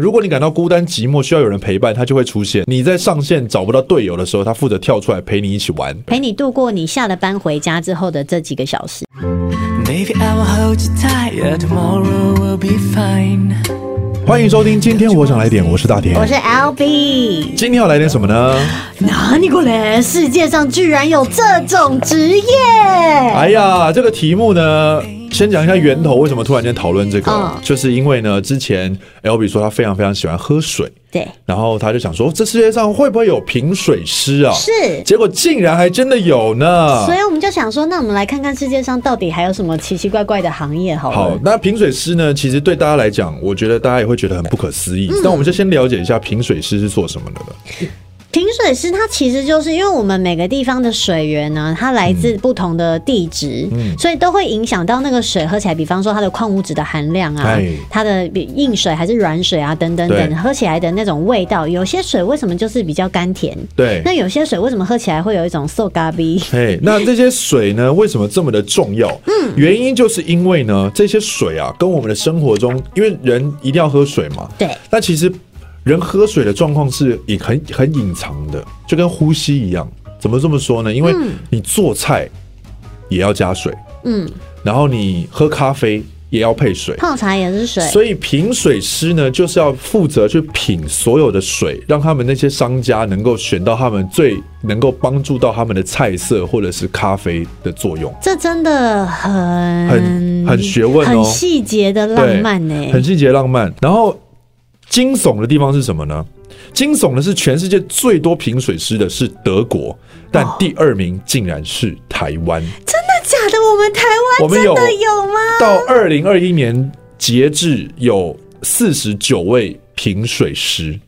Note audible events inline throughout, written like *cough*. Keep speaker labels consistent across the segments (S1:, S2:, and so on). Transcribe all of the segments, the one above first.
S1: 如果你感到孤单寂寞，需要有人陪伴，它就会出现。你在上线找不到队友的时候，它负责跳出来陪你一起玩。
S2: 陪你度过你下了班回家之后的这几个小时。
S3: Maybe I will hold you tight, yeah, tomorrow will be fine.
S1: 欢迎收听，今天我想来点，我是大田，
S2: 我是 L B，
S1: 今天要来点什么呢？
S2: 哪里过来？世界上居然有这种职业？
S1: 哎呀，这个题目呢，先讲一下源头，为什么突然间讨论这个？
S2: 嗯
S1: 就是因为呢，之前 L B 说他非常非常喜欢喝水，
S2: 对，
S1: 然后他就想说，这世界上会不会有评水师啊？
S2: 是。
S1: 结果竟然还真的有呢
S2: 所。以我们就想说，那我们来看看世界上到底还有什么奇奇怪怪的行业好了。
S1: 好，那评水师呢？其实对大家来讲，我觉得大家也会觉得很不可思
S2: 嗯
S1: 议。那、我们就先了解一下评水师是做什么的。
S2: 停水师它其实就是因为我们每个地方的水源呢，它来
S1: 嗯
S2: 自不同的地质，所以都会影响到那个水喝起来，比方说它的矿物质的含量啊
S1: 哎，
S2: 它的硬水还是软水啊，等等
S1: 对
S2: 等，喝起来的那种味道，有些水为什么就是比较甘甜？
S1: 对
S2: 那，有些水为什么喝起来会有一种馊咖逼？
S1: 嘿，那这些水呢，为什么这么的重要？嗯，原因就是因为呢，这些水啊，跟我们的生活中，因为人一定要喝水嘛。
S2: 对。
S1: 那其实人喝水的状况是隐很很隐藏的，就跟呼吸一样。怎么这么说呢？因为你做菜也要加水，
S2: 嗯，
S1: 然后你喝咖啡也要配水。
S2: *laughs* 泡茶也是水，
S1: 所以品水师呢，就是要负责去品所有的水，让他们那些商家能够选到他们最能够帮助到他们的菜色或者是咖啡的作用，
S2: 这真的很
S1: 很很学问哦
S2: 很细节的浪
S1: 对，
S2: 漫欸呢、
S1: 很细节浪漫。然后惊悚的地方是什么呢？惊悚的是全世界最多品水师的是德国，但
S2: 哦
S1: 第二名竟然是台湾。
S2: 真的假的？我们台
S1: 我
S2: 湾
S1: 们
S2: 真
S1: 有
S2: 的有吗？
S1: 到二零二一年截至有四十九位品水师。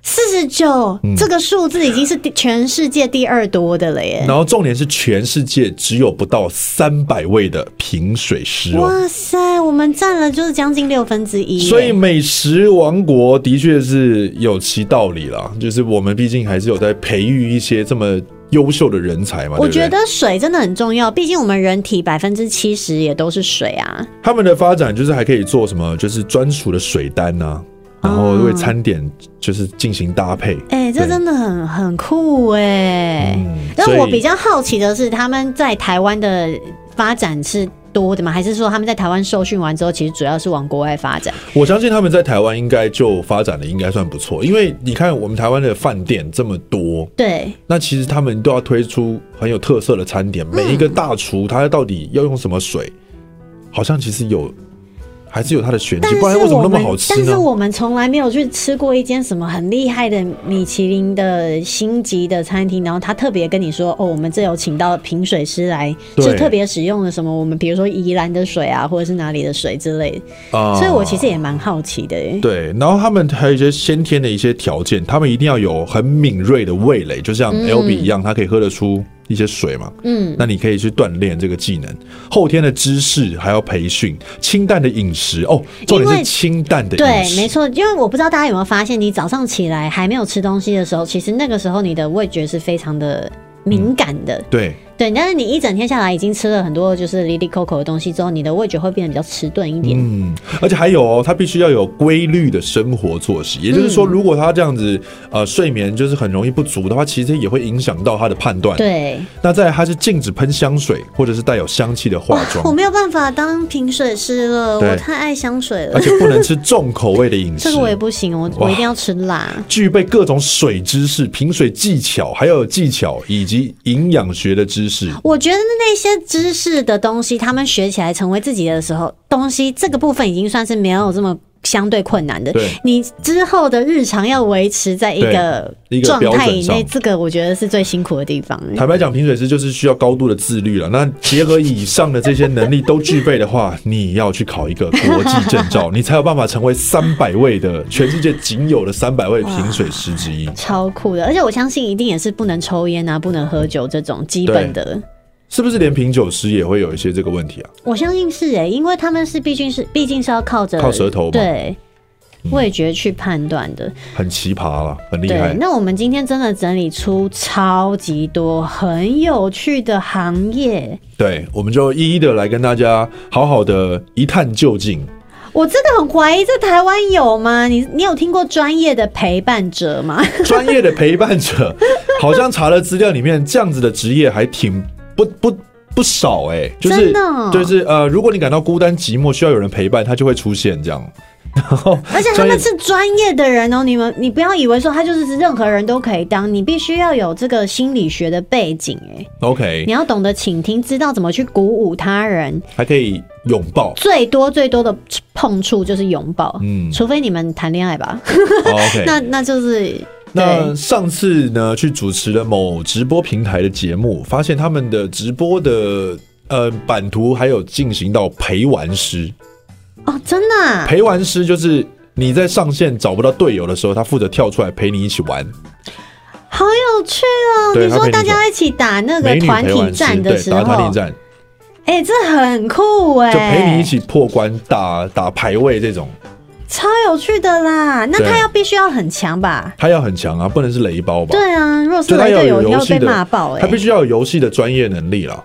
S2: 四十九
S1: 嗯
S2: 这个数字已经是第全世界第二多的了耶！
S1: 然后重点是，全世界只有不到三百位的品水师哦。
S2: 哇塞，我们占了就是将近六分之一耶，
S1: 所以美食王国的确是有其道理啦，就是我们毕竟还是有在培育一些这么优秀的人才嘛。对不
S2: 我
S1: 对
S2: 觉得水真的很重要，毕竟我们人体百分之七十也都是水啊。
S1: 他们的发展就是还可以做什么，就是专属的水单呐、
S2: 哦
S1: 然后为餐点就是进行搭配。
S2: 哎、这
S1: 对嗯
S2: 真的很很酷哎、但
S1: 所以
S2: 我比较好奇的是，他们在台湾的发展是多的吗？还是说他们在台湾受训完之后，其实主要是往国外发展？
S1: 我相信他们在台湾应该就发展的应该算不错，因为你看我们台湾的饭店这么多，
S2: 对，
S1: 那其实他们都要推出很有特色的餐点，每一个大厨他到底要用什么水，好像其实有还是有它的玄
S2: 但
S1: 机，
S2: 是
S1: 不然为什么
S2: 我
S1: 那么
S2: 们
S1: 好吃
S2: 但
S1: 呢
S2: 是？我们从来没有去吃过一间什么很厉害的米其林的星级的餐厅，然后他特别跟你说，哦，我们这有请到品水师来，
S1: 对
S2: 是特别使用了什么我们比如说宜兰的水啊，或者是哪里的水之类的。
S1: 啊
S2: 所以我其实也蛮好奇的耶。
S1: 对，然后他们还有一些先天的一些条件，他们一定要有很敏锐的味蕾，就像 L B 一样，他可以喝得出一些水嘛。
S2: 嗯，
S1: 那你可以去锻炼这个技能，后天的知识还要培训，清淡的饮食哦，重
S2: 因
S1: 点是
S2: 为
S1: 清淡的
S2: 对
S1: 饮，食，
S2: 没错，因为我不知道大家有没有发现，你早上起来还没有吃东西的时候，其实那个时候你的味觉是非常的敏感的。
S1: 对。
S2: 对，但是你一整天下来已经吃了很多就是离离口口的东西之后，你的味觉会变得比较迟钝一点。
S1: 嗯，而且还有哦，他必须要有规律的生活作
S2: 嗯
S1: 息，也就是说，如果他这样子呃睡眠就是很容易不足的话，其实也会影响到他的判断。，
S2: 对，
S1: 那再来，他是禁止喷香水或者是带有香气的化
S2: 哦我
S1: 妆，
S2: 没有办法当品水师了，
S1: 对啊
S2: 我太爱香水了
S1: 而，且不能吃重口味的饮食
S2: 这个。我也不行，我我一定要吃辣。
S1: 具备各种水知识、品水技巧，还有技巧以及营养学的知识。
S2: 我觉得那些知识的东西，他们学起来成为自己的时候，东西这个部分已经算是没有这么相对困难的
S1: 对。
S2: 你之后的日常要维持在一个
S1: 对一个
S2: 状
S1: 标准
S2: 态以内，
S1: 上
S2: 这个我觉得是最辛苦的地方。
S1: 坦白讲，品水师就是需要高度的自律了。那结合以上的这些能力都具备的话，你要去考一个国际证照，你才有办法成为三百位的全世界仅有的三百位品水师之一。
S2: 超酷的，而且我相信一定也是不能抽烟啊，不能喝酒这种基本的。
S1: 是不是连品酒师也会有一些这个问题啊？
S2: 我相信是诶、欸因为他们是毕竟是毕竟是要靠着
S1: 靠舌头嘛
S2: 对味觉去判断的。
S1: 很奇葩啦，很厉
S2: 对
S1: 害，。
S2: 那我们今天真的整理出超级多很有趣的行业，
S1: 对，我们就一一的来跟大家好好的一探究竟。
S2: 我真的很怀疑，在台湾有吗？你你有听过专业的陪伴者
S1: *laughs*
S2: 吗？ *laughs*
S1: 专业的陪伴者，好像查了资料里面，这样子的职业还挺不不。不少哎、就是
S2: 真的哦
S1: 就是呃，如果你感到孤单寂寞，需要有人陪伴，他就会出现这样。然后，
S2: 而且他们是专业的人哦，你们你不要以为说他就是任何人都可以当，你必须要有这个心理学的背景哎，
S1: OK，
S2: 你要懂得倾听，知道怎么去鼓舞他人。
S1: 还可以拥
S2: *laughs*
S1: 抱。
S2: 最多最多的碰触就是拥抱，
S1: 嗯
S2: 除非你们谈恋爱吧，
S1: 好哦 OK，
S2: *laughs* 那那就是
S1: 那
S2: 对
S1: 上次呢，去主持了某直播平台的节目，发现他们的直播的呃版图还有进行到陪玩师，
S2: 哦，真的啊、
S1: 陪玩师就是你在上线找不到队友的时候，他负责跳出来陪你一起玩。
S2: 好有趣哦！
S1: 对
S2: 你
S1: 他
S2: 说
S1: 陪你
S2: 大
S1: 走
S2: 家一起打那
S1: 美
S2: 个
S1: 女
S2: 团
S1: 陪
S2: 体
S1: 玩师，
S2: 战的
S1: 对，
S2: 时
S1: 打团体
S2: 候，
S1: 战
S2: 哎、这很酷哎、
S1: 就陪你一起破关、打打排位这种，
S2: 超有趣的啦。那
S1: 对啊
S2: 他要必须要很强吧？
S1: 他要很强啊，不能是雷包吧？
S2: 对啊，若是
S1: 就他
S2: 雷
S1: 要
S2: 队
S1: 有
S2: 友，你
S1: 游
S2: 要
S1: 戏
S2: 被骂
S1: 的，
S2: 爆哎、
S1: 他必须要有游戏的专业能力啦。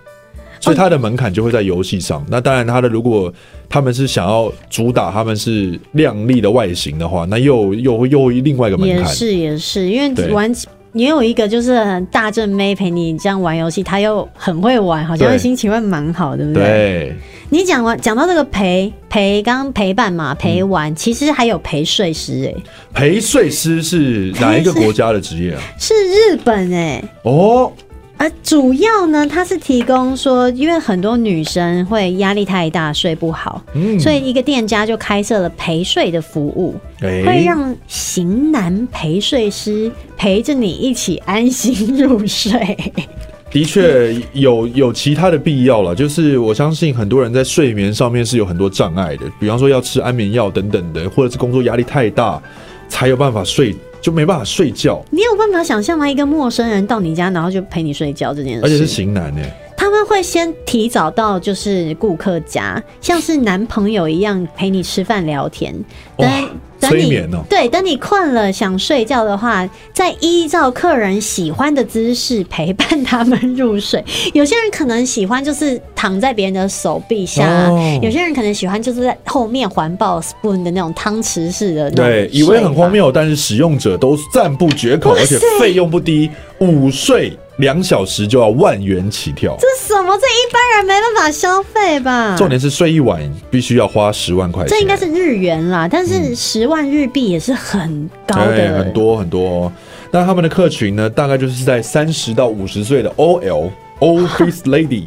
S1: 所以他的门槛就会在游戏上。那当然，他的如果他们是想要主打他们是靓丽的外形的话，那又又又另外一个门
S2: 也
S1: 槛。
S2: 是也是，因
S1: 对
S2: 为玩也有一个就是很大正妹陪你这样玩游戏，他又很会玩，好像
S1: 对
S2: 心情会蛮好，对不对？
S1: 对，
S2: 你讲完讲到这个陪陪，刚刚陪伴嘛，陪玩，
S1: 嗯
S2: 其实还有陪睡师哎、
S1: 陪睡师是哪一个
S2: 陪睡
S1: 国家的职
S2: *laughs*
S1: 业啊？
S2: 是日本哎、
S1: 哦，
S2: 呃，主要呢，它是提供说，因为很多女生会压力太大，睡不好，
S1: 嗯，
S2: 所以一个店家就开设了陪睡的服务，
S1: 哎
S2: 会让型男陪睡师陪着你一起安心入睡。 *laughs*
S1: 的确有有其他的必要了，就是我相信很多人在睡眠上面是有很多障碍的，比方说要吃安眠药等等的，或者是工作压力太大才有办法睡，就没办法睡觉，
S2: 你有办法想象吗？一个陌生人到你家，然后就陪你睡觉这件事，
S1: 而且是型男呢、欸
S2: 他们会先提早到就是顾客家，像是男朋友一样陪你吃饭聊天，等
S1: 哇
S2: 等
S1: 催
S2: 你、
S1: 眠哦
S2: 对，等你困了想睡觉的话，再依照客人喜欢的姿势陪伴他们入睡。 *laughs* 有些人可能喜欢就是躺在别人的手臂下啊，
S1: 哦
S2: 有些人可能喜欢就是在后面环抱 spoon 的那种汤匙式的那种
S1: 对，以为很
S2: 睡法
S1: 荒。谬，但是使用者都赞不绝口，
S2: 哇
S1: 而且
S2: 塞
S1: 费用不低，午睡两小时就要万元起跳。
S2: 这什么？这一般人没办法消费吧？
S1: 重点是睡一晚必须要花十万块钱，
S2: 这应该是日元啦，但是十万日币也是很高
S1: 嗯对
S2: 的，
S1: 很多很多、哦。那他们的客群呢，大概就是在三十到五十岁的 OL。Office Lady，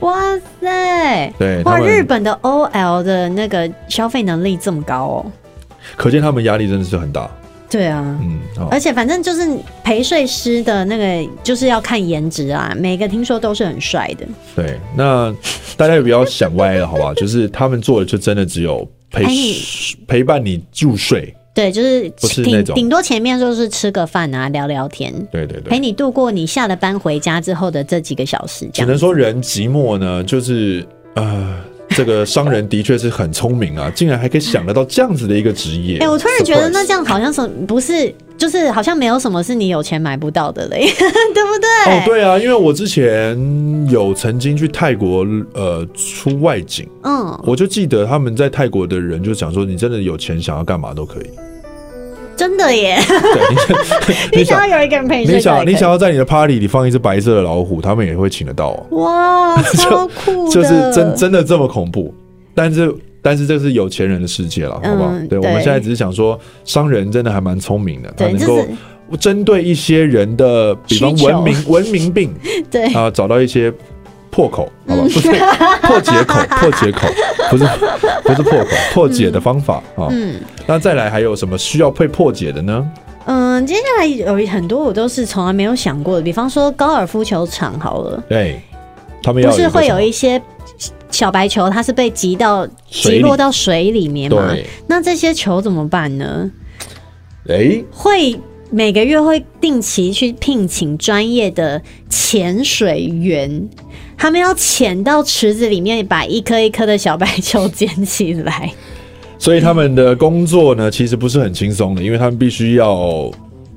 S2: 哇塞！
S1: 对他
S2: *laughs* 哇，
S1: 们
S2: 日本的 OL 的那个消费能力这么高哦。
S1: 可见他们压力真的是很大。
S2: 对啊，
S1: 嗯，好
S2: 而且反正就是陪睡师的那个就是要看颜值啊，每个听说都是很帅的，
S1: 对，那大家也不要想歪了，好吧？就是他们做的就真的只有陪
S2: 哎你
S1: 陪伴你入睡，
S2: 对，就是
S1: 不是那
S2: 顶
S1: 种
S2: 顶多前面就是吃个饭啊，聊聊天，
S1: 对对对，
S2: 陪你度过你下了班回家之后的这几个小时，这
S1: 只
S2: 样
S1: 能说人寂寞呢，就是呃，这个商人的确是很聪明啊，竟然还可以想得到这样子的一个职业。
S2: *laughs* 哎、我突然觉得那
S1: Surprise
S2: 这样好像什不是，就是好像没有什么是你有钱买不到的嘞， *laughs* 对不对？
S1: 哦，对啊，因为我之前有曾经去泰国呃出外景，
S2: 嗯，
S1: 我就记得他们在泰国的人就讲说，你真的有钱想要干嘛都可以。
S2: 真的耶，
S1: 对，
S2: *laughs*
S1: 你
S2: 你想要有一个人陪你
S1: 你
S2: 睡觉也
S1: 想
S2: 可以，
S1: 你想要在你的 party 里放一只白色的老虎，他们也会请得到、哦，
S2: 哇，超嗯酷的，
S1: 就是真真的这么恐怖，但是。但是这是有钱人的世界了，好不好？
S2: 嗯
S1: 对，我们
S2: 对
S1: 现在只是想说，商人真的还蛮聪明的，他
S2: 对，
S1: 能
S2: 就
S1: 够
S2: 是
S1: 针对一些人的，比方
S2: 需求
S1: 文明文明病
S2: 对。
S1: 啊、找到一些破口，好
S2: 嗯
S1: 吧？不是破解口，
S2: *laughs*
S1: 破解口，不是不是破口，破解的方法啊。
S2: 嗯
S1: 那再来还有什么需要被破解的呢？
S2: 嗯，接下来有很多我都是从来没有想过的，比方说高尔夫球场好了，
S1: 对，哎他们要
S2: 不是
S1: 个
S2: 会
S1: 什么
S2: 有一些小白球，它是被击到
S1: 水
S2: 击
S1: 里
S2: 落到水里面嘛？
S1: 对，
S2: 那这些球怎么办呢？
S1: 哎，
S2: 会每个月会定期去聘请专业的潜水员，他们要潜到池子里面，把一颗一颗的小白球捡起
S1: *laughs*
S2: 来。
S1: 所以他们的工作呢，其实不是很轻松的，因为他们必须要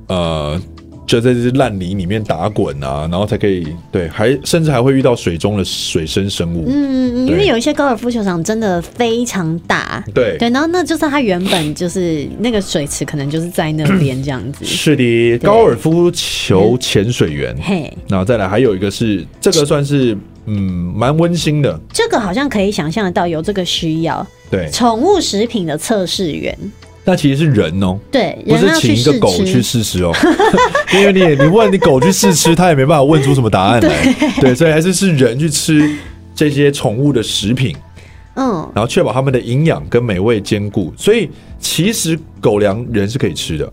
S1: 呃就在这些烂泥里面打滚啊，然后才可以对，还甚至还会遇到水中的水生生物。
S2: 嗯，因
S1: 对
S2: 为有一些高尔夫球场真的非常大，
S1: 对。
S2: 对，然后那就是它原本就是那个水池，可能就是在那边这样子
S1: 是的，高尔夫球潜水员。
S2: 嘿，
S1: 然后再来，还有一个是这个算是嗯蛮温馨的，
S2: 这个好像可以想象得到有这个需要，
S1: 对。
S2: 宠物食品的测试员，
S1: 那其实是人哦，
S2: 对，
S1: 不
S2: 人啊
S1: 是
S2: 要
S1: 请
S2: 去
S1: 一个
S2: 试
S1: 狗去
S2: 吃，
S1: 试吃哦， *laughs* 因为你也你问你狗去试吃，它也没办法问出什么答案来。对，所以还是是人去吃这些宠物的食品，
S2: 嗯，
S1: 然后确保它们的营养跟美味兼顾。所以其实狗粮人是可以吃的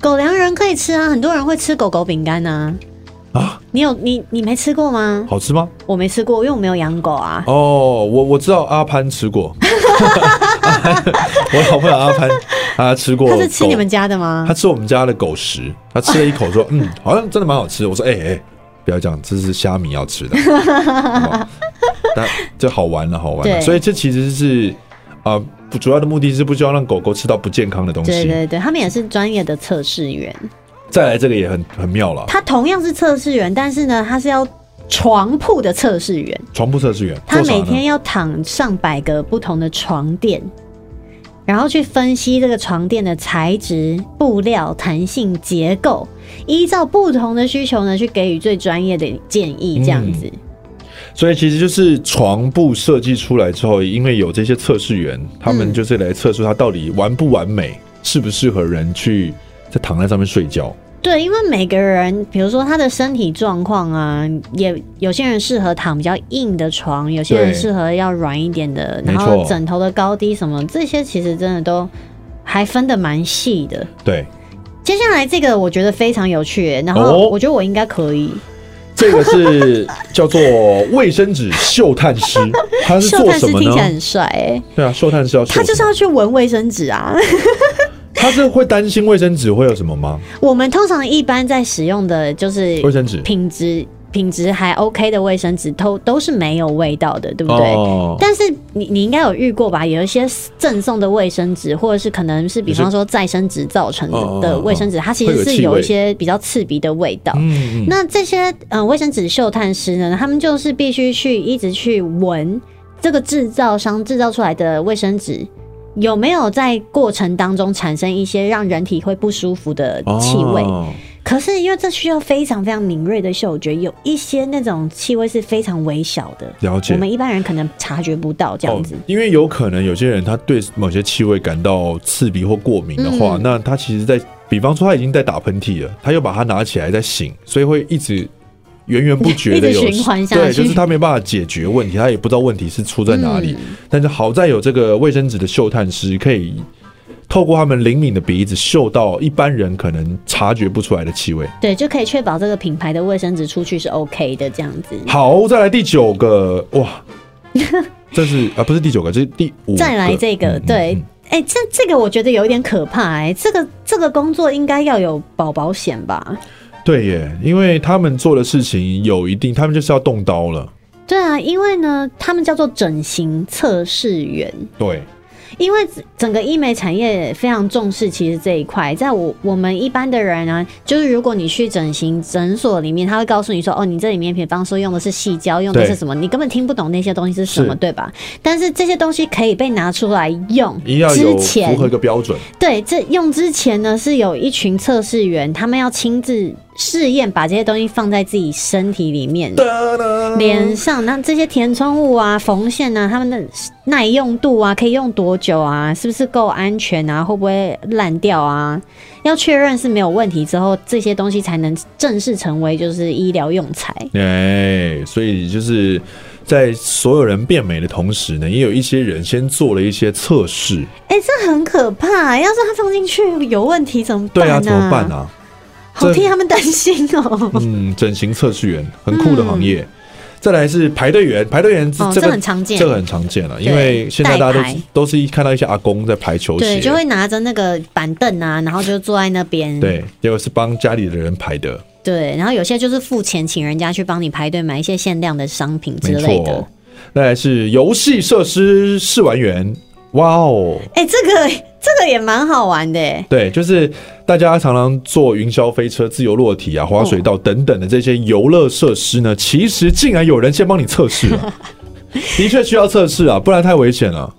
S2: 狗粮人可以吃啊，很多人会吃狗狗饼干啊。
S1: 啊，
S2: 你有你你没吃过吗？
S1: 好吃吗？
S2: 我没吃过，因为我没有养狗啊。
S1: 哦，我我知道阿潘吃过， *laughs* 我老朋友阿潘他吃
S2: *laughs*
S1: 过，
S2: 它是吃你们家的吗
S1: 他？吃我们家的狗食，他吃了一
S2: *laughs*
S1: 口说：“嗯，好像真的蛮好吃。”我说：“哎、哎、不要这样，这是虾米要吃的，好不好
S2: *laughs*
S1: 但这好玩了，好玩了。
S2: 对
S1: 所以这其实是啊、呃不主要的目的是不希望让狗狗吃到不健康的东西。
S2: 对对对，他们也是专业的测试员。
S1: 再来这个也很很妙了，
S2: 他同样是测试员，但是呢，他是要床铺的测试员，
S1: 床铺测试员
S2: 他
S1: 做啥
S2: 每天
S1: 呢？
S2: 要躺上百个不同的床垫，然后去分析这个床垫的材质、布料、弹性、结构，依照不同的需求呢，去给予最专业的建议，这样子。
S1: 嗯所以其实就是床铺设计出来之后，因为有这些测试员，他们
S2: 嗯
S1: 就是来测试它到底完不完美，适不适合人去在躺在上面睡觉。
S2: 对，因为每个人，比如说他的身体状况啊，也有些人适合躺比较硬的床，有些人
S1: 对
S2: 适合要软一点的，
S1: 没
S2: 然
S1: 错
S2: 后枕头的高低什么，这些其实真的都还分得蛮细的。
S1: 对，
S2: 接下来这个我觉得非常有趣耶，然
S1: 哦
S2: 后我觉得我应该可以。
S1: 这个是叫做卫生纸嗅探
S2: *laughs*
S1: 师，它是
S2: 秀
S1: 做
S2: 探
S1: 什
S2: 师
S1: 么
S2: 听起来
S1: 呢？
S2: 很帅哎，
S1: 对啊，嗅探师要嗅
S2: 他就是
S1: 什么，
S2: 要去闻卫生纸啊。 *laughs*
S1: 他是会担心卫生纸会有什么吗？
S2: 我们通常一般在使用的就是
S1: 卫生纸
S2: 品质品质还 OK 的卫生纸，都都是没有味道的，对不对？
S1: 哦，
S2: 但是你你应该有遇过吧？有一些赠送的卫生纸，或者是可能是比方说再生纸造成
S1: 哦哦哦
S2: 的卫生纸，它其实
S1: 会有
S2: 是
S1: 气味
S2: 有一些比较刺鼻的味道。
S1: 嗯嗯，
S2: 那这些呃卫生纸嗅探师呢，他们就是必须去一直去闻这个制造商制造出来的卫生纸。有没有在过程当中产生一些让人体会不舒服的气味？
S1: 哦
S2: 可是因为这需要非常非常敏锐的嗅觉，有一些那种气味是非常微小的，
S1: 了解
S2: 我们一般人可能察觉不到这样子。
S1: 哦因为有可能有些人他对某些气味感到刺鼻或过敏的话，
S2: 嗯
S1: 那他其实在，比方说他已经在打喷嚏了，他又把它拿起来在醒，所以会一直。源源不绝
S2: *laughs*
S1: 的有
S2: 一直循环下去
S1: 对，就是他没办法解决问题，他也不知道问题是出在哪里。
S2: 嗯
S1: 但是好在有这个卫生纸的嗅探师，可以透过他们灵敏的鼻子嗅到一般人可能察觉不出来的气味。
S2: 对，就可以确保这个品牌的卫生纸出去是 OK 的这样子。
S1: 好，再来第九个，
S2: *laughs*
S1: 哇，这是啊，不是第九个，这是第五个。
S2: 再来这个，
S1: 嗯
S2: 对，
S1: 嗯
S2: 哎、这这个我觉得有一点可怕、哎，这个这个工作应该要有保保险吧？
S1: 对耶，因为他们做的事情有一定，他们就是要动刀了。
S2: 对啊，因为呢，他们叫做整形测试员，
S1: 对，
S2: 因为整个医美产业非常重视其实这一块，在我我们一般的人呢、就是如果你去整形诊所里面，他会告诉你说，哦，你这里面比方说用的是细胶，用的
S1: 对
S2: 是什么，你根本听不懂那些东西是什
S1: 是
S2: 么，对吧？但是这些东西可以被拿出来用，
S1: 一定要有
S2: 之前
S1: 符合一个标准。
S2: 对，这用之前呢，是有一群测试员，他们要亲自试验，把这些东西放在自己身体里面、脸上。那这些填充物啊、缝线啊，它们的耐用度啊，可以用多久啊？是不是够安全啊？会不会烂掉啊？要确认是没有问题之后，这些东西才能正式成为就是医疗用材。
S1: 哎，所以就是在所有人变美的同时呢，也有一些人先做了一些测试。
S2: 哎、这很可怕、要是它放进去有问题怎么办、
S1: 对啊，怎么办？
S2: *laughs*
S1: 啊？
S2: 好
S1: 这
S2: 替他们担心哦。
S1: 嗯，整形测试员很酷的行业。再来是排队员，排队员
S2: 嗯哦
S1: 这个
S2: 这很常见
S1: 这个很常见了，
S2: 对
S1: 因为现在大家
S2: 代排
S1: 都都是一看到一些阿公在排球鞋，
S2: 对，就会拿着那个板凳啊，然后就坐在那边。
S1: 对，结果是帮家里的人排的，
S2: 对然后有些就是付钱请人家去帮你排队买一些限量的商品之
S1: 没
S2: 类的
S1: 错。。再来是游戏设施试玩员，哇哦，
S2: 哎、这个这个也蛮好玩的欸耶。
S1: 对，就是大家常常坐云霄飞车、自由落体啊、滑水道等等的这些游乐设施呢，其实竟然有人先帮你测试
S2: *laughs*
S1: 了，的确需要测试啊，不然太危险了。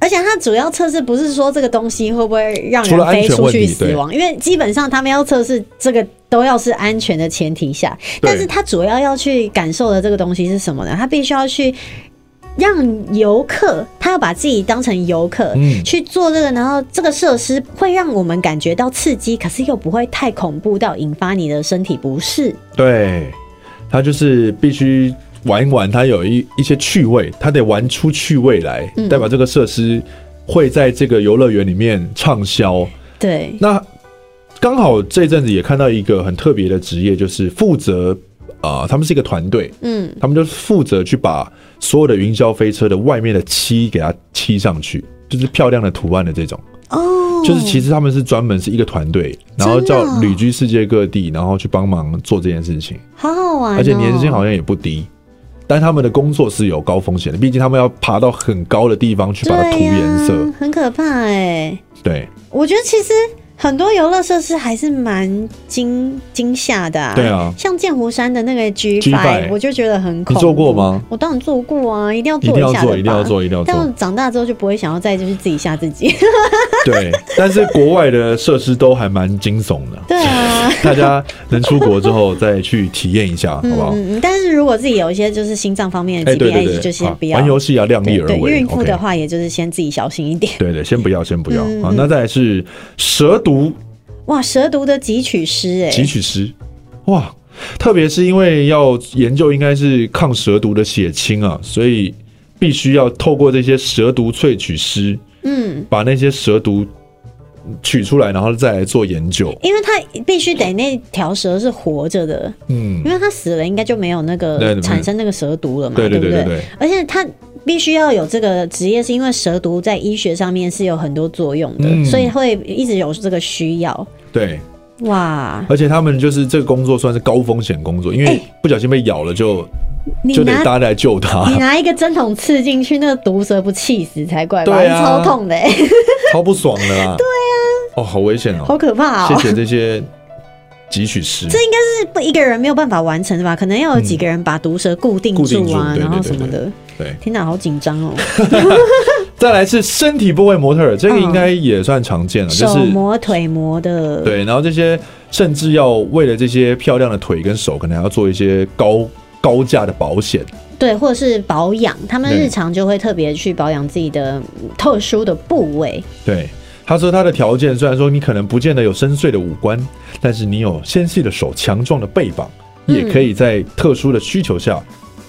S2: 而且它主要测试不是说这个东西会不会让
S1: 除了
S2: 人
S1: 安
S2: 飞
S1: 全
S2: 出
S1: 问
S2: 去
S1: 题
S2: 死亡，因为基本上他们要测试这个都要是安全的前提下，
S1: 对
S2: 但是它主要要去感受的这个东西是什么呢？它必须要去。让游客，他要把自己当成游客、
S1: 嗯
S2: 去做这个，然后这个设施会让我们感觉到刺激，可是又不会太恐怖到引发你的身体不适。
S1: 对，他就是必须玩一玩，他有一一些趣味，他得玩出趣味来，
S2: 嗯
S1: 代表这个设施会在这个游乐园里面畅销。
S2: 对，
S1: 那刚好这阵子也看到一个很特别的职业，就是负责啊、呃他们是一个团队，
S2: 嗯，
S1: 他们就负责去把所有的云霄飞车的外面的漆给它漆上去，就是漂亮的图案的这种。
S2: 哦，
S1: 就是其实他们是专门是一个团队，然后
S2: 真的哦
S1: 叫旅居世界各地，然后去帮忙做这件事情，
S2: 好好玩、哦，
S1: 而且年薪好像也不低。但他们的工作是有高风险的，毕竟他们要爬到很高的地方去把它涂
S2: 对呀
S1: 颜色。
S2: 很可怕哎、
S1: 对
S2: 我觉得其实很多游乐设施还是蛮惊惊吓的、啊。
S1: 对啊
S2: 像剑湖山的那个 G
S1: G5
S2: Five，我就觉得很恐怖。
S1: 你做过吗？
S2: 我当然做过啊，一定要
S1: 一定
S2: 做
S1: 要
S2: 下的
S1: 做
S2: 吧
S1: 一定要做一定要做
S2: 但我长大之后就不会想要再就是自己吓
S1: *laughs*
S2: 自己。
S1: 对，但是国外的设施都还蛮惊悚的，
S2: 对啊。 *laughs*
S1: 大家能出国之后再去体验一下，好不好？
S2: 嗯，嗯但是如果自己有一些就是心脏方面的
S1: 哎，
S2: 疾
S1: 对
S2: 病，还
S1: 对
S2: 是就
S1: 对，
S2: 先
S1: 啊
S2: 不要。
S1: 玩游戏要量力
S2: 对
S1: 而
S2: 对，
S1: 为。
S2: 孕妇
S1: OK
S2: 的话，也就是先自己小心一点。
S1: 对对，先不要，先不要
S2: 嗯
S1: 好，
S2: 嗯
S1: 那再来是蛇毒
S2: 哇，蛇毒的汲取师，哎，
S1: 汲取师，哇，特别是因为要研究应该是抗蛇毒的血清啊，所以必须要透过这些蛇毒萃取师，
S2: 嗯，
S1: 把那些蛇毒取出来，然后再来做研究。
S2: 因为它必须得那条蛇是活着的，
S1: 嗯，
S2: 因为它死了，应该就没有那
S1: 对
S2: 个
S1: 对
S2: 产生那个蛇毒了嘛，
S1: 对对
S2: 不
S1: 对
S2: 嗯对
S1: 对对
S2: 而且它必须要有这个职业，是因为蛇毒在医学上面是有很多作用的，
S1: 嗯
S2: 所以会一直有这个需要。
S1: 对，
S2: 哇，
S1: 而且他们就是这个工作算是高风险工作，因
S2: 哎
S1: 为不小心被咬了就
S2: 你
S1: 就得
S2: 拿
S1: 大家来救他，
S2: 你拿一个针筒刺进去，那个毒蛇不气死才怪吧？
S1: 对啊
S2: 超痛
S1: *laughs*
S2: 的、欸，
S1: *laughs* 超不爽的
S2: *laughs*
S1: 啦。对啊，哦，好危险哦
S2: 好。可怕哦、
S1: 谢谢这些汲取师，
S2: 这应该是不一个人没有办法完成的吧？可能要有几个人把毒蛇固定
S1: 固定
S2: 住啊，
S1: 住对
S2: 然后
S1: 对对
S2: 什
S1: 啊
S2: 么的。
S1: 对。
S2: 天哪，好紧张哦！
S1: 再来是身体部位模特儿，这个应该也算常见了，就
S2: 嗯手
S1: 是
S2: 磨腿磨的，
S1: 对，然后这些甚至要为了这些漂亮的腿跟手，可能还要做一些高高价的保险。
S2: 对，或者是保养，他们
S1: 对
S2: 日常就会特别去保养自己的嗯特殊的部位。
S1: 对，他说他的条件虽然说你可能不见得有深邃的五官，但是你有纤细的手、强壮的背膀，
S2: 嗯
S1: 也可以在特殊的需求下，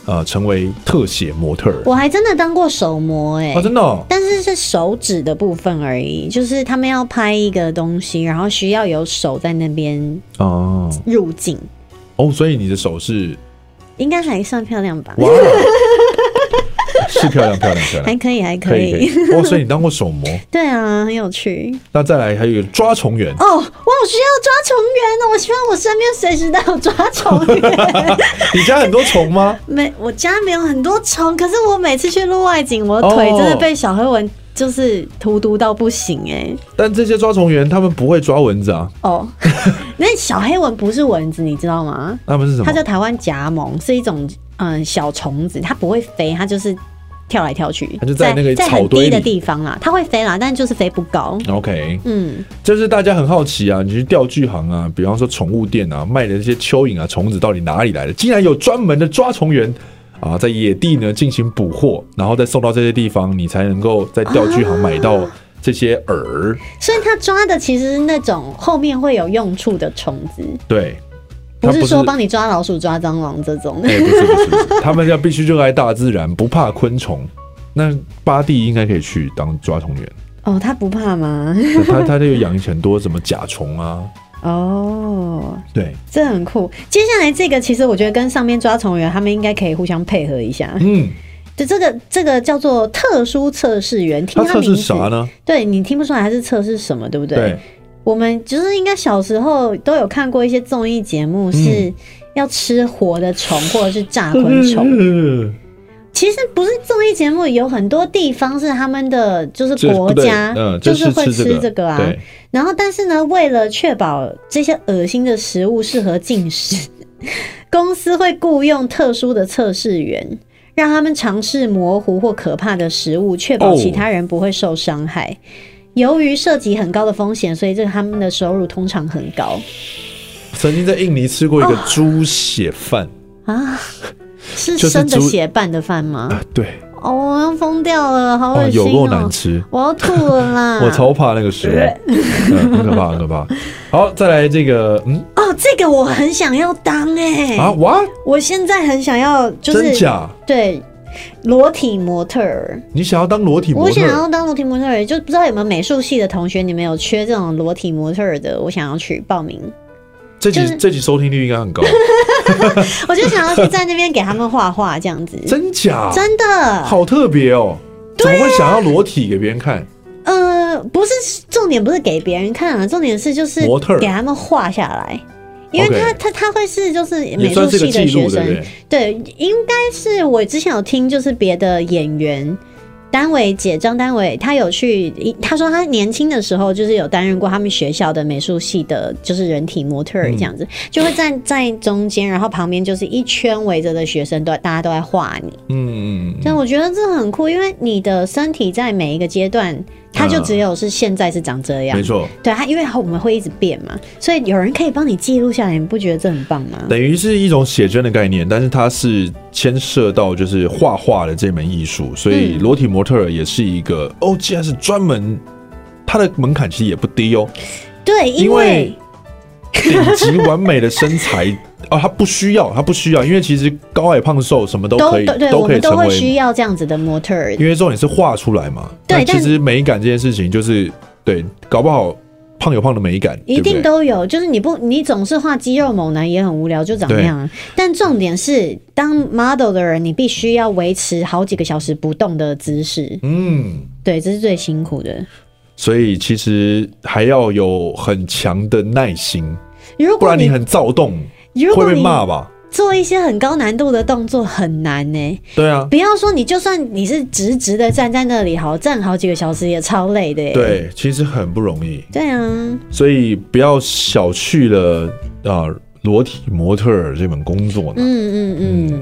S1: 呃，成为特写模特儿。
S2: 我还真的当过手模哎、
S1: 啊，真的哦、
S2: 但是是手指的部分而已，就是他们要拍一个东西，然后需要有手在那边
S1: 哦，
S2: 入镜，
S1: 哦，所以你的手是
S2: 应该还算漂亮吧？
S1: 哇，哦
S2: *laughs*
S1: 是漂亮漂亮漂
S2: 还
S1: 亮，
S2: 可以，还可
S1: 可以
S2: 以。
S1: 可以。哦，所以你当过手模。
S2: *laughs* 对啊，很有趣
S1: 那再来还有一个抓虫员，
S2: 哦！我好需要抓虫员哦！我希望我身边随时都有抓虫员。
S1: 你家很多虫吗？ *laughs*
S2: 没，我家没有很多虫，可是我每次去录外景，我的
S1: 哦
S2: 腿真的被小黑蚊就是荼毒到不行哎、
S1: 但这些抓虫员他们不会抓蚊子啊，
S2: 哦， *laughs* 那小黑蚊不是蚊子，你知道吗？
S1: 他们是什
S2: 它
S1: 么
S2: 叫？台湾夹萌，是一种嗯小虫子，它不会飞，它就是跳来跳去，
S1: 它就在那个
S2: 在
S1: 草
S2: 很
S1: 堆
S2: 低的
S1: 里哦
S2: 地方啦，它会飞啦，但就是飞不高。
S1: OK，
S2: 嗯，
S1: 就是大家很好奇啊，你去钓具行啊，比方说宠物店啊，卖的那些蚯蚓啊、虫子到底哪里来的？竟然有专门的抓虫员啊，在野地呢进行捕获，然后再送到这些地方，你才能够在钓具行买到
S2: 啊
S1: 这些饵。
S2: 所以它抓的其实是那种后面会有用处的虫子，
S1: 对，它
S2: 不是说帮你抓老鼠、抓蟑螂这种。 *laughs*
S1: 哎、不是不是，不是 *laughs* 他们要必须热爱大自然，不怕昆虫。那巴蒂应该可以去当抓虫
S2: *laughs*
S1: 员，
S2: 哦，它不怕吗？ *laughs*
S1: 他他就有养很多什么甲虫啊，
S2: 哦，
S1: 对，
S2: 这很酷。接下来这个，其实我觉得跟上面抓虫员他们应该可以互相配合一下。 *laughs*
S1: 嗯，
S2: 就这个这个叫做特殊测试员，听
S1: 它
S2: 他
S1: 测
S2: 名
S1: 试
S2: 字，
S1: 啥呢？
S2: 对你听不出来他是测试什么，对不对？
S1: 对，
S2: 我们就是应该小时候都有看过一些综
S1: 嗯 *laughs*
S2: 艺节目，是要吃活的虫或者是炸昆虫。其实不是综艺节目，有很多地方是他们的就是
S1: 这
S2: 国
S1: 对
S2: 家，
S1: 嗯，
S2: 就
S1: 这
S2: 是
S1: 是
S2: 会
S1: 吃
S2: 吃这
S1: 这
S2: 个啊。
S1: 对，
S2: 然后，但是呢，为了确保这些恶心的食物适合进食， *laughs* 公司会雇佣特殊的测试员，让他们尝试模糊或可怕的食物，确保
S1: 哦
S2: 其他人不会受伤害。由于涉及很高的风险，所以这个他们的收入通常很高
S1: 曾经在印尼吃过一个
S2: 哦
S1: 猪血饭，
S2: 啊。是
S1: 就是
S2: 生的
S1: 猪
S2: 血拌的饭吗？
S1: 啊对，
S2: 哦，我要疯掉了，好
S1: 哦
S2: 恶心
S1: 有够
S2: 哦啊
S1: 难！吃，
S2: 我要吐了啦！
S1: 我超怕那个食
S2: 呃
S1: 物， *laughs* 嗯很可怕，很可怕。好，再来这个，嗯
S2: 哦，这个我很想要当哎、
S1: 啊哇，
S2: 我现在很想要，就是
S1: 真假？
S2: 对，裸体模特儿，
S1: 你想要当裸体模
S2: 我
S1: 特
S2: 想
S1: 儿？
S2: 要当裸体模特儿，就不知道有没有美术系的同学，你们有缺这种裸体模特儿的，我想要去报名，
S1: 这集、
S2: 就是
S1: 这集收听率应该很高，
S2: 我就想要去在那边给他们画画这样子，
S1: 真假？
S2: 真的，啊
S1: 好特别哦，怎么会想要裸体给别人看？
S2: 呃，不是重点，不是给别人看啊，重点是就是
S1: 模特儿
S2: 给他们画下来。因为
S1: OK
S2: 他他他会是就是
S1: 也
S2: 美术
S1: 算是个
S2: 系
S1: 记
S2: 的学
S1: 录，对
S2: 生
S1: 不，对？
S2: 对，应该是我之前有听，就是别的演员单伟姐张单伟，她有去，她说她年轻的时候就是有担任过他们学校的美术系的，就是人体模特儿
S1: 嗯
S2: 这样子，就会站在中间，然后旁边就是一圈围着的学生都大家都在画你，
S1: 嗯，嗯嗯
S2: 但我觉得这很酷，因为你的身体在每一个阶段，它就只有是现在是长这样。
S1: 没错，
S2: 对啊它，因为我们会一直变嘛，所以有人可以帮你记录下来，你不觉得这很棒吗？
S1: 等于是一种写真的概念，但是它是牵涉到就是画画的这门艺术，所以
S2: 嗯
S1: 裸体模特儿也是一个哦，既然是专门，它的门槛其实也不低
S2: *laughs*
S1: 哦，
S2: 对，因
S1: 因
S2: 为
S1: 为顶级完美的身材哦，它不需要，它不需要，因为其实高矮胖瘦什么都
S2: 都
S1: 可以，
S2: 对，我
S1: 可以
S2: 们都
S1: 成
S2: 会需
S1: 为，
S2: 要这样子的模特儿。
S1: 因为重点是画出来嘛。
S2: 对
S1: 那其
S2: 但
S1: 实美感这件事情就是对，搞不好胖有胖的美感，
S2: 一
S1: 对
S2: 定
S1: 不对
S2: 都有，就是你不，你总是画肌肉猛男也很无聊，就长那样啊。但重点是，当 model 的人，你必须要维持好几个小时不动的姿势，
S1: 嗯。
S2: 对，这是最辛苦的。
S1: 所以其实还要有很强的耐心，
S2: 如
S1: 不
S2: 果
S1: 然
S2: 你
S1: 你很躁动
S2: 如
S1: 会
S2: 果
S1: 被
S2: 你
S1: 骂吧？
S2: 做一些很高难度的动作，很难呢、
S1: 对啊，
S2: 不要说你，就算你是直直的站在那里，好站好几个小时也超累的耶、
S1: 对，其实很不容易，
S2: 对啊，
S1: 所以不要小觑了啊、裸体模特儿这门工作呢。
S2: 嗯嗯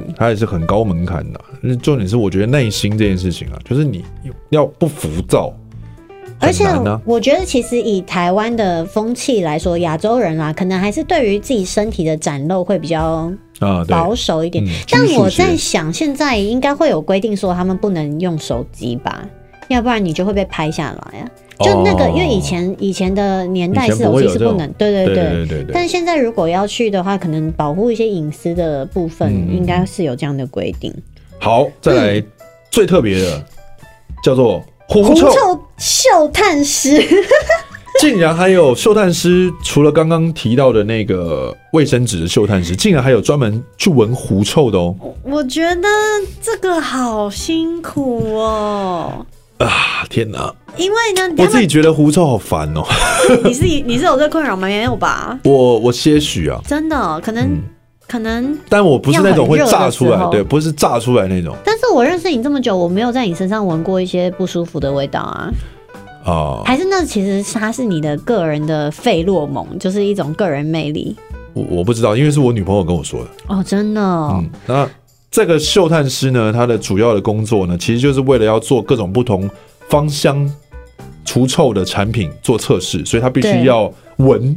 S2: 嗯，
S1: 它也是很高门槛的啊、那重点是我觉得耐心这件事情啊，就是你要不浮躁，
S2: 而且
S1: 很难啊
S2: 我觉得，其实以台湾的风气来说，亚洲人啊，可能还是对于自己身体的展露会比较
S1: 啊，对，
S2: 保守一点。
S1: 嗯
S2: 但
S1: 拘束
S2: 我
S1: 些
S2: 在想，现在应该会有规定说他们不能用手机吧，要不然你就会被拍下来啊。就那个，
S1: 哦
S2: 因为以前以前的年代
S1: 以前
S2: 是
S1: 不
S2: 手
S1: 会
S2: 机
S1: 有
S2: 是
S1: 这
S2: 不
S1: 种
S2: 能，对对
S1: 对
S2: 对。
S1: 对对对，
S2: 但现在如果要去的话，可能保护一些隐私的部分，
S1: 嗯
S2: 应该是有这样的规定。嗯
S1: 好，再来、最特别的叫做狐
S2: 狐
S1: 臭。
S2: 臭嗅探师，
S1: 竟然还有嗅探师，除了刚刚提到的那个卫生纸的嗅探师，竟然还有专门去闻狐臭的哦！
S2: 我觉得这个好辛苦哦，
S1: 啊，天哪！
S2: 因为
S1: *laughs*
S2: 呢，
S1: 我
S2: 他
S1: 自己觉得狐臭好烦哦。 *laughs*
S2: 们你是你是有这困扰吗？没有吧？
S1: 我我些许啊，
S2: 真的，可能、可能，
S1: 但我不是那种会炸出
S2: 要很热的时
S1: 来，
S2: 候
S1: 对，不是炸出来那种
S2: 但是我认识你这么久，我没有在你身上闻过一些不舒服的味道啊，
S1: 啊。
S2: 还是那其实是它是你的个人的费洛蒙，就是一种个人魅力
S1: 我我不知道，因为是我女朋友跟我说的。
S2: 哦，真的哦、
S1: 嗯，那这个嗅探师呢，他的主要的工作呢，其实就是为了要做各种不同芳香除臭的产品做测试，所以他必
S2: 对
S1: 须要闻，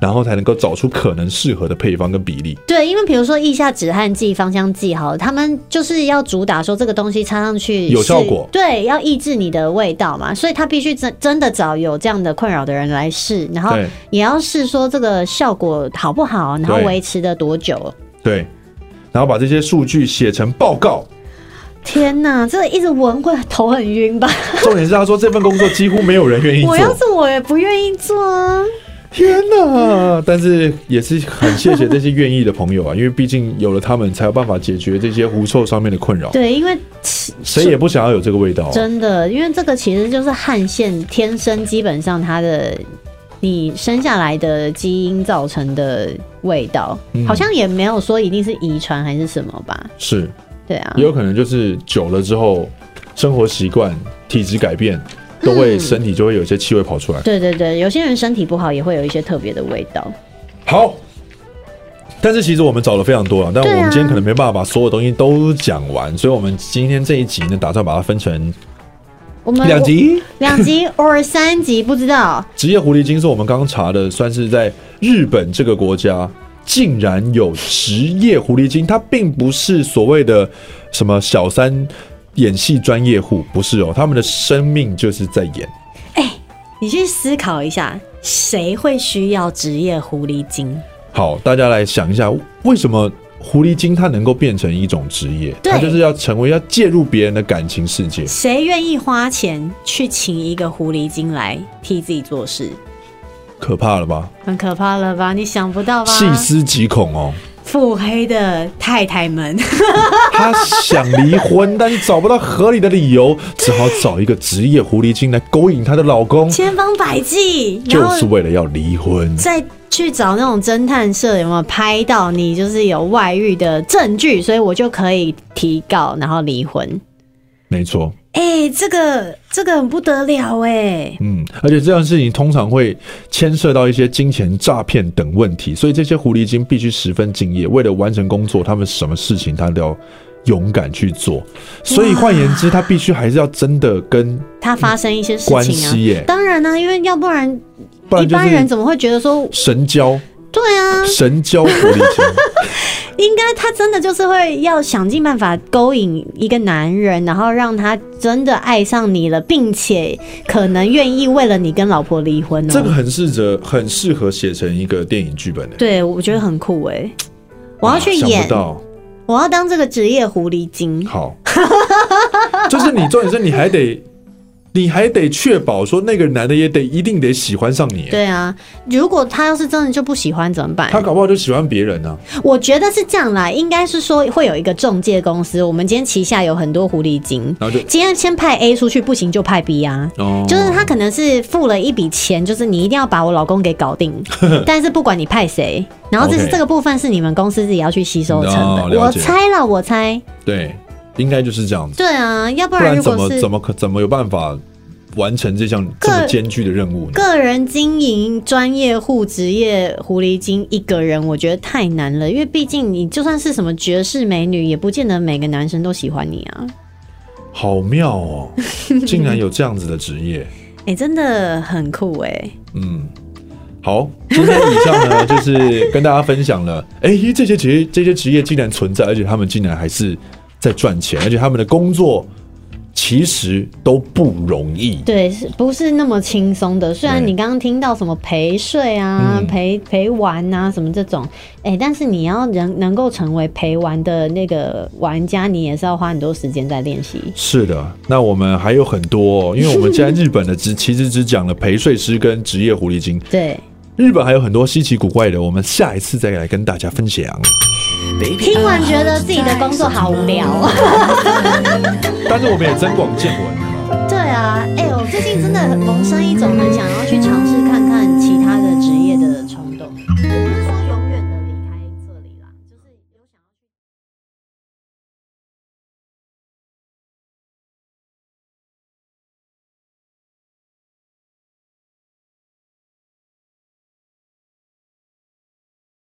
S1: 然后才能够找出可能适合的配方跟比例。
S2: 对，因为比如说腋下止汗剂、芳香剂，好了，他们就是要主打说这个东西擦上去
S1: 有
S2: 是
S1: 效果
S2: 对，要抑制你的味道嘛，所以他必须真真的找有这样的困扰的人来试，然后
S1: 对
S2: 也要试说这个效果好不好，然后
S1: 对
S2: 维持的多久。
S1: 对，然后把这些数据写成报告。
S2: 天哪，这一直闻会头很晕吧？
S1: 重点是他说这份工作几乎没有人愿意做哦
S2: 我。要是我也不愿意做啊。
S1: 天哪！但是也是很谢谢这些愿意的朋友啊，因为毕竟有了他们，才有办法解决这些狐臭上面的困扰。
S2: 对，因为
S1: 谁也不想要有这个味道啊、
S2: 真的，因为这个其实就是汗腺天生基本上它的你生下来的基因造成的味道，
S1: 嗯
S2: 好像也没有说一定是遗传还是什么吧。
S1: 是，
S2: 对啊
S1: 也，有可能就是久了之后，生活习惯、体质改变，都会
S2: 嗯
S1: 身体就会有一些气味跑出来。
S2: 对对对，有些人身体不好也会有一些特别的味道。
S1: 好，但是其实我们找了非常多了，但
S2: 对啊
S1: 我们今天可能没办法把所有东西都讲完，所以我们今天这一集呢，打算把它分成
S2: 我们
S1: 两集。
S2: 两集 or 三集不知道，
S1: 职业狐狸精是我们刚刚查的，算是在日本这个国家竟然有职业狐狸精，它并不是所谓的什么小三演戏专业户，不是哦，他们的生命就是在演。
S2: 你去思考一下，谁会需要职业狐狸精？
S1: 好，大家来想一下，为什么狐狸精它能够变成一种职业？
S2: 对
S1: 它就是要成为要介入别人的感情世界。
S2: 谁愿意花钱去请一个狐狸精来替自己做事？
S1: 可怕了吧？
S2: 很可怕了吧？你想不到吧？
S1: 细思极恐哦。
S2: 腹黑的太太们，
S1: 他想离婚，但是找不到合理的理由，只好找一个职业狐狸精来勾引她的老公，
S2: *laughs* 千方
S1: *laughs*
S2: 百计，然
S1: 就
S2: 后
S1: 是为了要离婚。
S2: 再去找那种侦探社有没有拍到你就是有外遇的证据，所以我就可以提告，然后离婚。
S1: 没错，
S2: 哎、这个这个很不得了哎、
S1: 嗯，而且这样的事情通常会牵涉到一些金钱诈骗等问题，所以这些狐狸精必须十分敬业。为了完成工作，他们什么事情他都要勇敢去做。所以换言之，他必须还是要真的跟，
S2: 他发生一些事
S1: 嗯关
S2: 情啊
S1: 系耶，
S2: 当然呢、因为要不然
S1: 不然
S2: 一
S1: 就
S2: 般人
S1: 是
S2: 怎么会觉得说，
S1: 神交
S2: 对啊，
S1: 神交狐狸
S2: *laughs*
S1: 精。
S2: 应该他真的就是会要想尽办法勾引一个男人，然后让他真的爱上你了，并且可能愿意为了你跟老婆离婚哦。
S1: 这个很适合，很适合写成一个电影剧本的。
S2: 对我觉得很酷哎、我要去
S1: 啊想
S2: 演
S1: 不，到，
S2: 我要当这个职业狐狸精。
S1: 好， *laughs* 就是你重点是你还得，你还得确保说那个男的也得一定得喜欢上你。
S2: 对啊，如果他要是真的就不喜欢怎么办？
S1: 他搞不好就喜欢别人啊呢、
S2: 我觉得是这样啦，应该是说会有一个中介公司，我们今天旗下有很多狐狸精，
S1: 然后就
S2: 今天先派 A 出去，不行就派 B 啊。
S1: 哦，
S2: 就是他可能是付了一笔钱，就是你一定要把我老公给搞
S1: *laughs*
S2: 定，但是不管你派谁，然后这是
S1: OK
S2: 这个部分是你们公司自己要去吸收的成
S1: 哦
S2: 本。
S1: 了
S2: 我
S1: 解
S2: 猜了，我猜，
S1: 对，应该就是这样子，
S2: 对啊，要不
S1: 不
S2: 然
S1: 然
S2: 如
S1: 怎
S2: 果
S1: 么
S2: 是
S1: 怎么可怎么有办法完成这项这
S2: 个
S1: 么艰巨的任务呢？
S2: 个人经营专业户职业狐狸精一个人，我觉得太难了，因为毕竟你就算是什么绝世美女，也不见得每个男生都喜欢你啊。
S1: 好妙
S2: *laughs*
S1: 哦，竟然有这样子的职业，
S2: 哎、真的很酷哎、
S1: 嗯。好，今天以上呢，就是跟大家分享了， *laughs* 哎、这些职业这些职业竟然存在，而且他们竟然还是在赚钱，而且他们的工作其实都不容易。
S2: 对，是不是那么轻松的？虽然
S1: 对
S2: 你刚刚听到什么陪睡啊、
S1: 嗯
S2: 陪陪玩啊什么这种，哎、但是你要能能够成为陪玩的那个玩家，你也是要花很多时间在练习。
S1: 是的，那我们还有很多、哦，因为我们现在日本的只其实只讲了陪睡师跟职业狐狸精，
S2: 对，
S1: 日本还有很多稀奇古怪的，我们下一次再来跟大家分享。
S2: 听完觉得自己的工作好无聊啊。 *laughs*
S1: 但是我们也增广见闻了嘛。
S2: 对啊，哎、我最近真的萌生一种很想要去尝试看看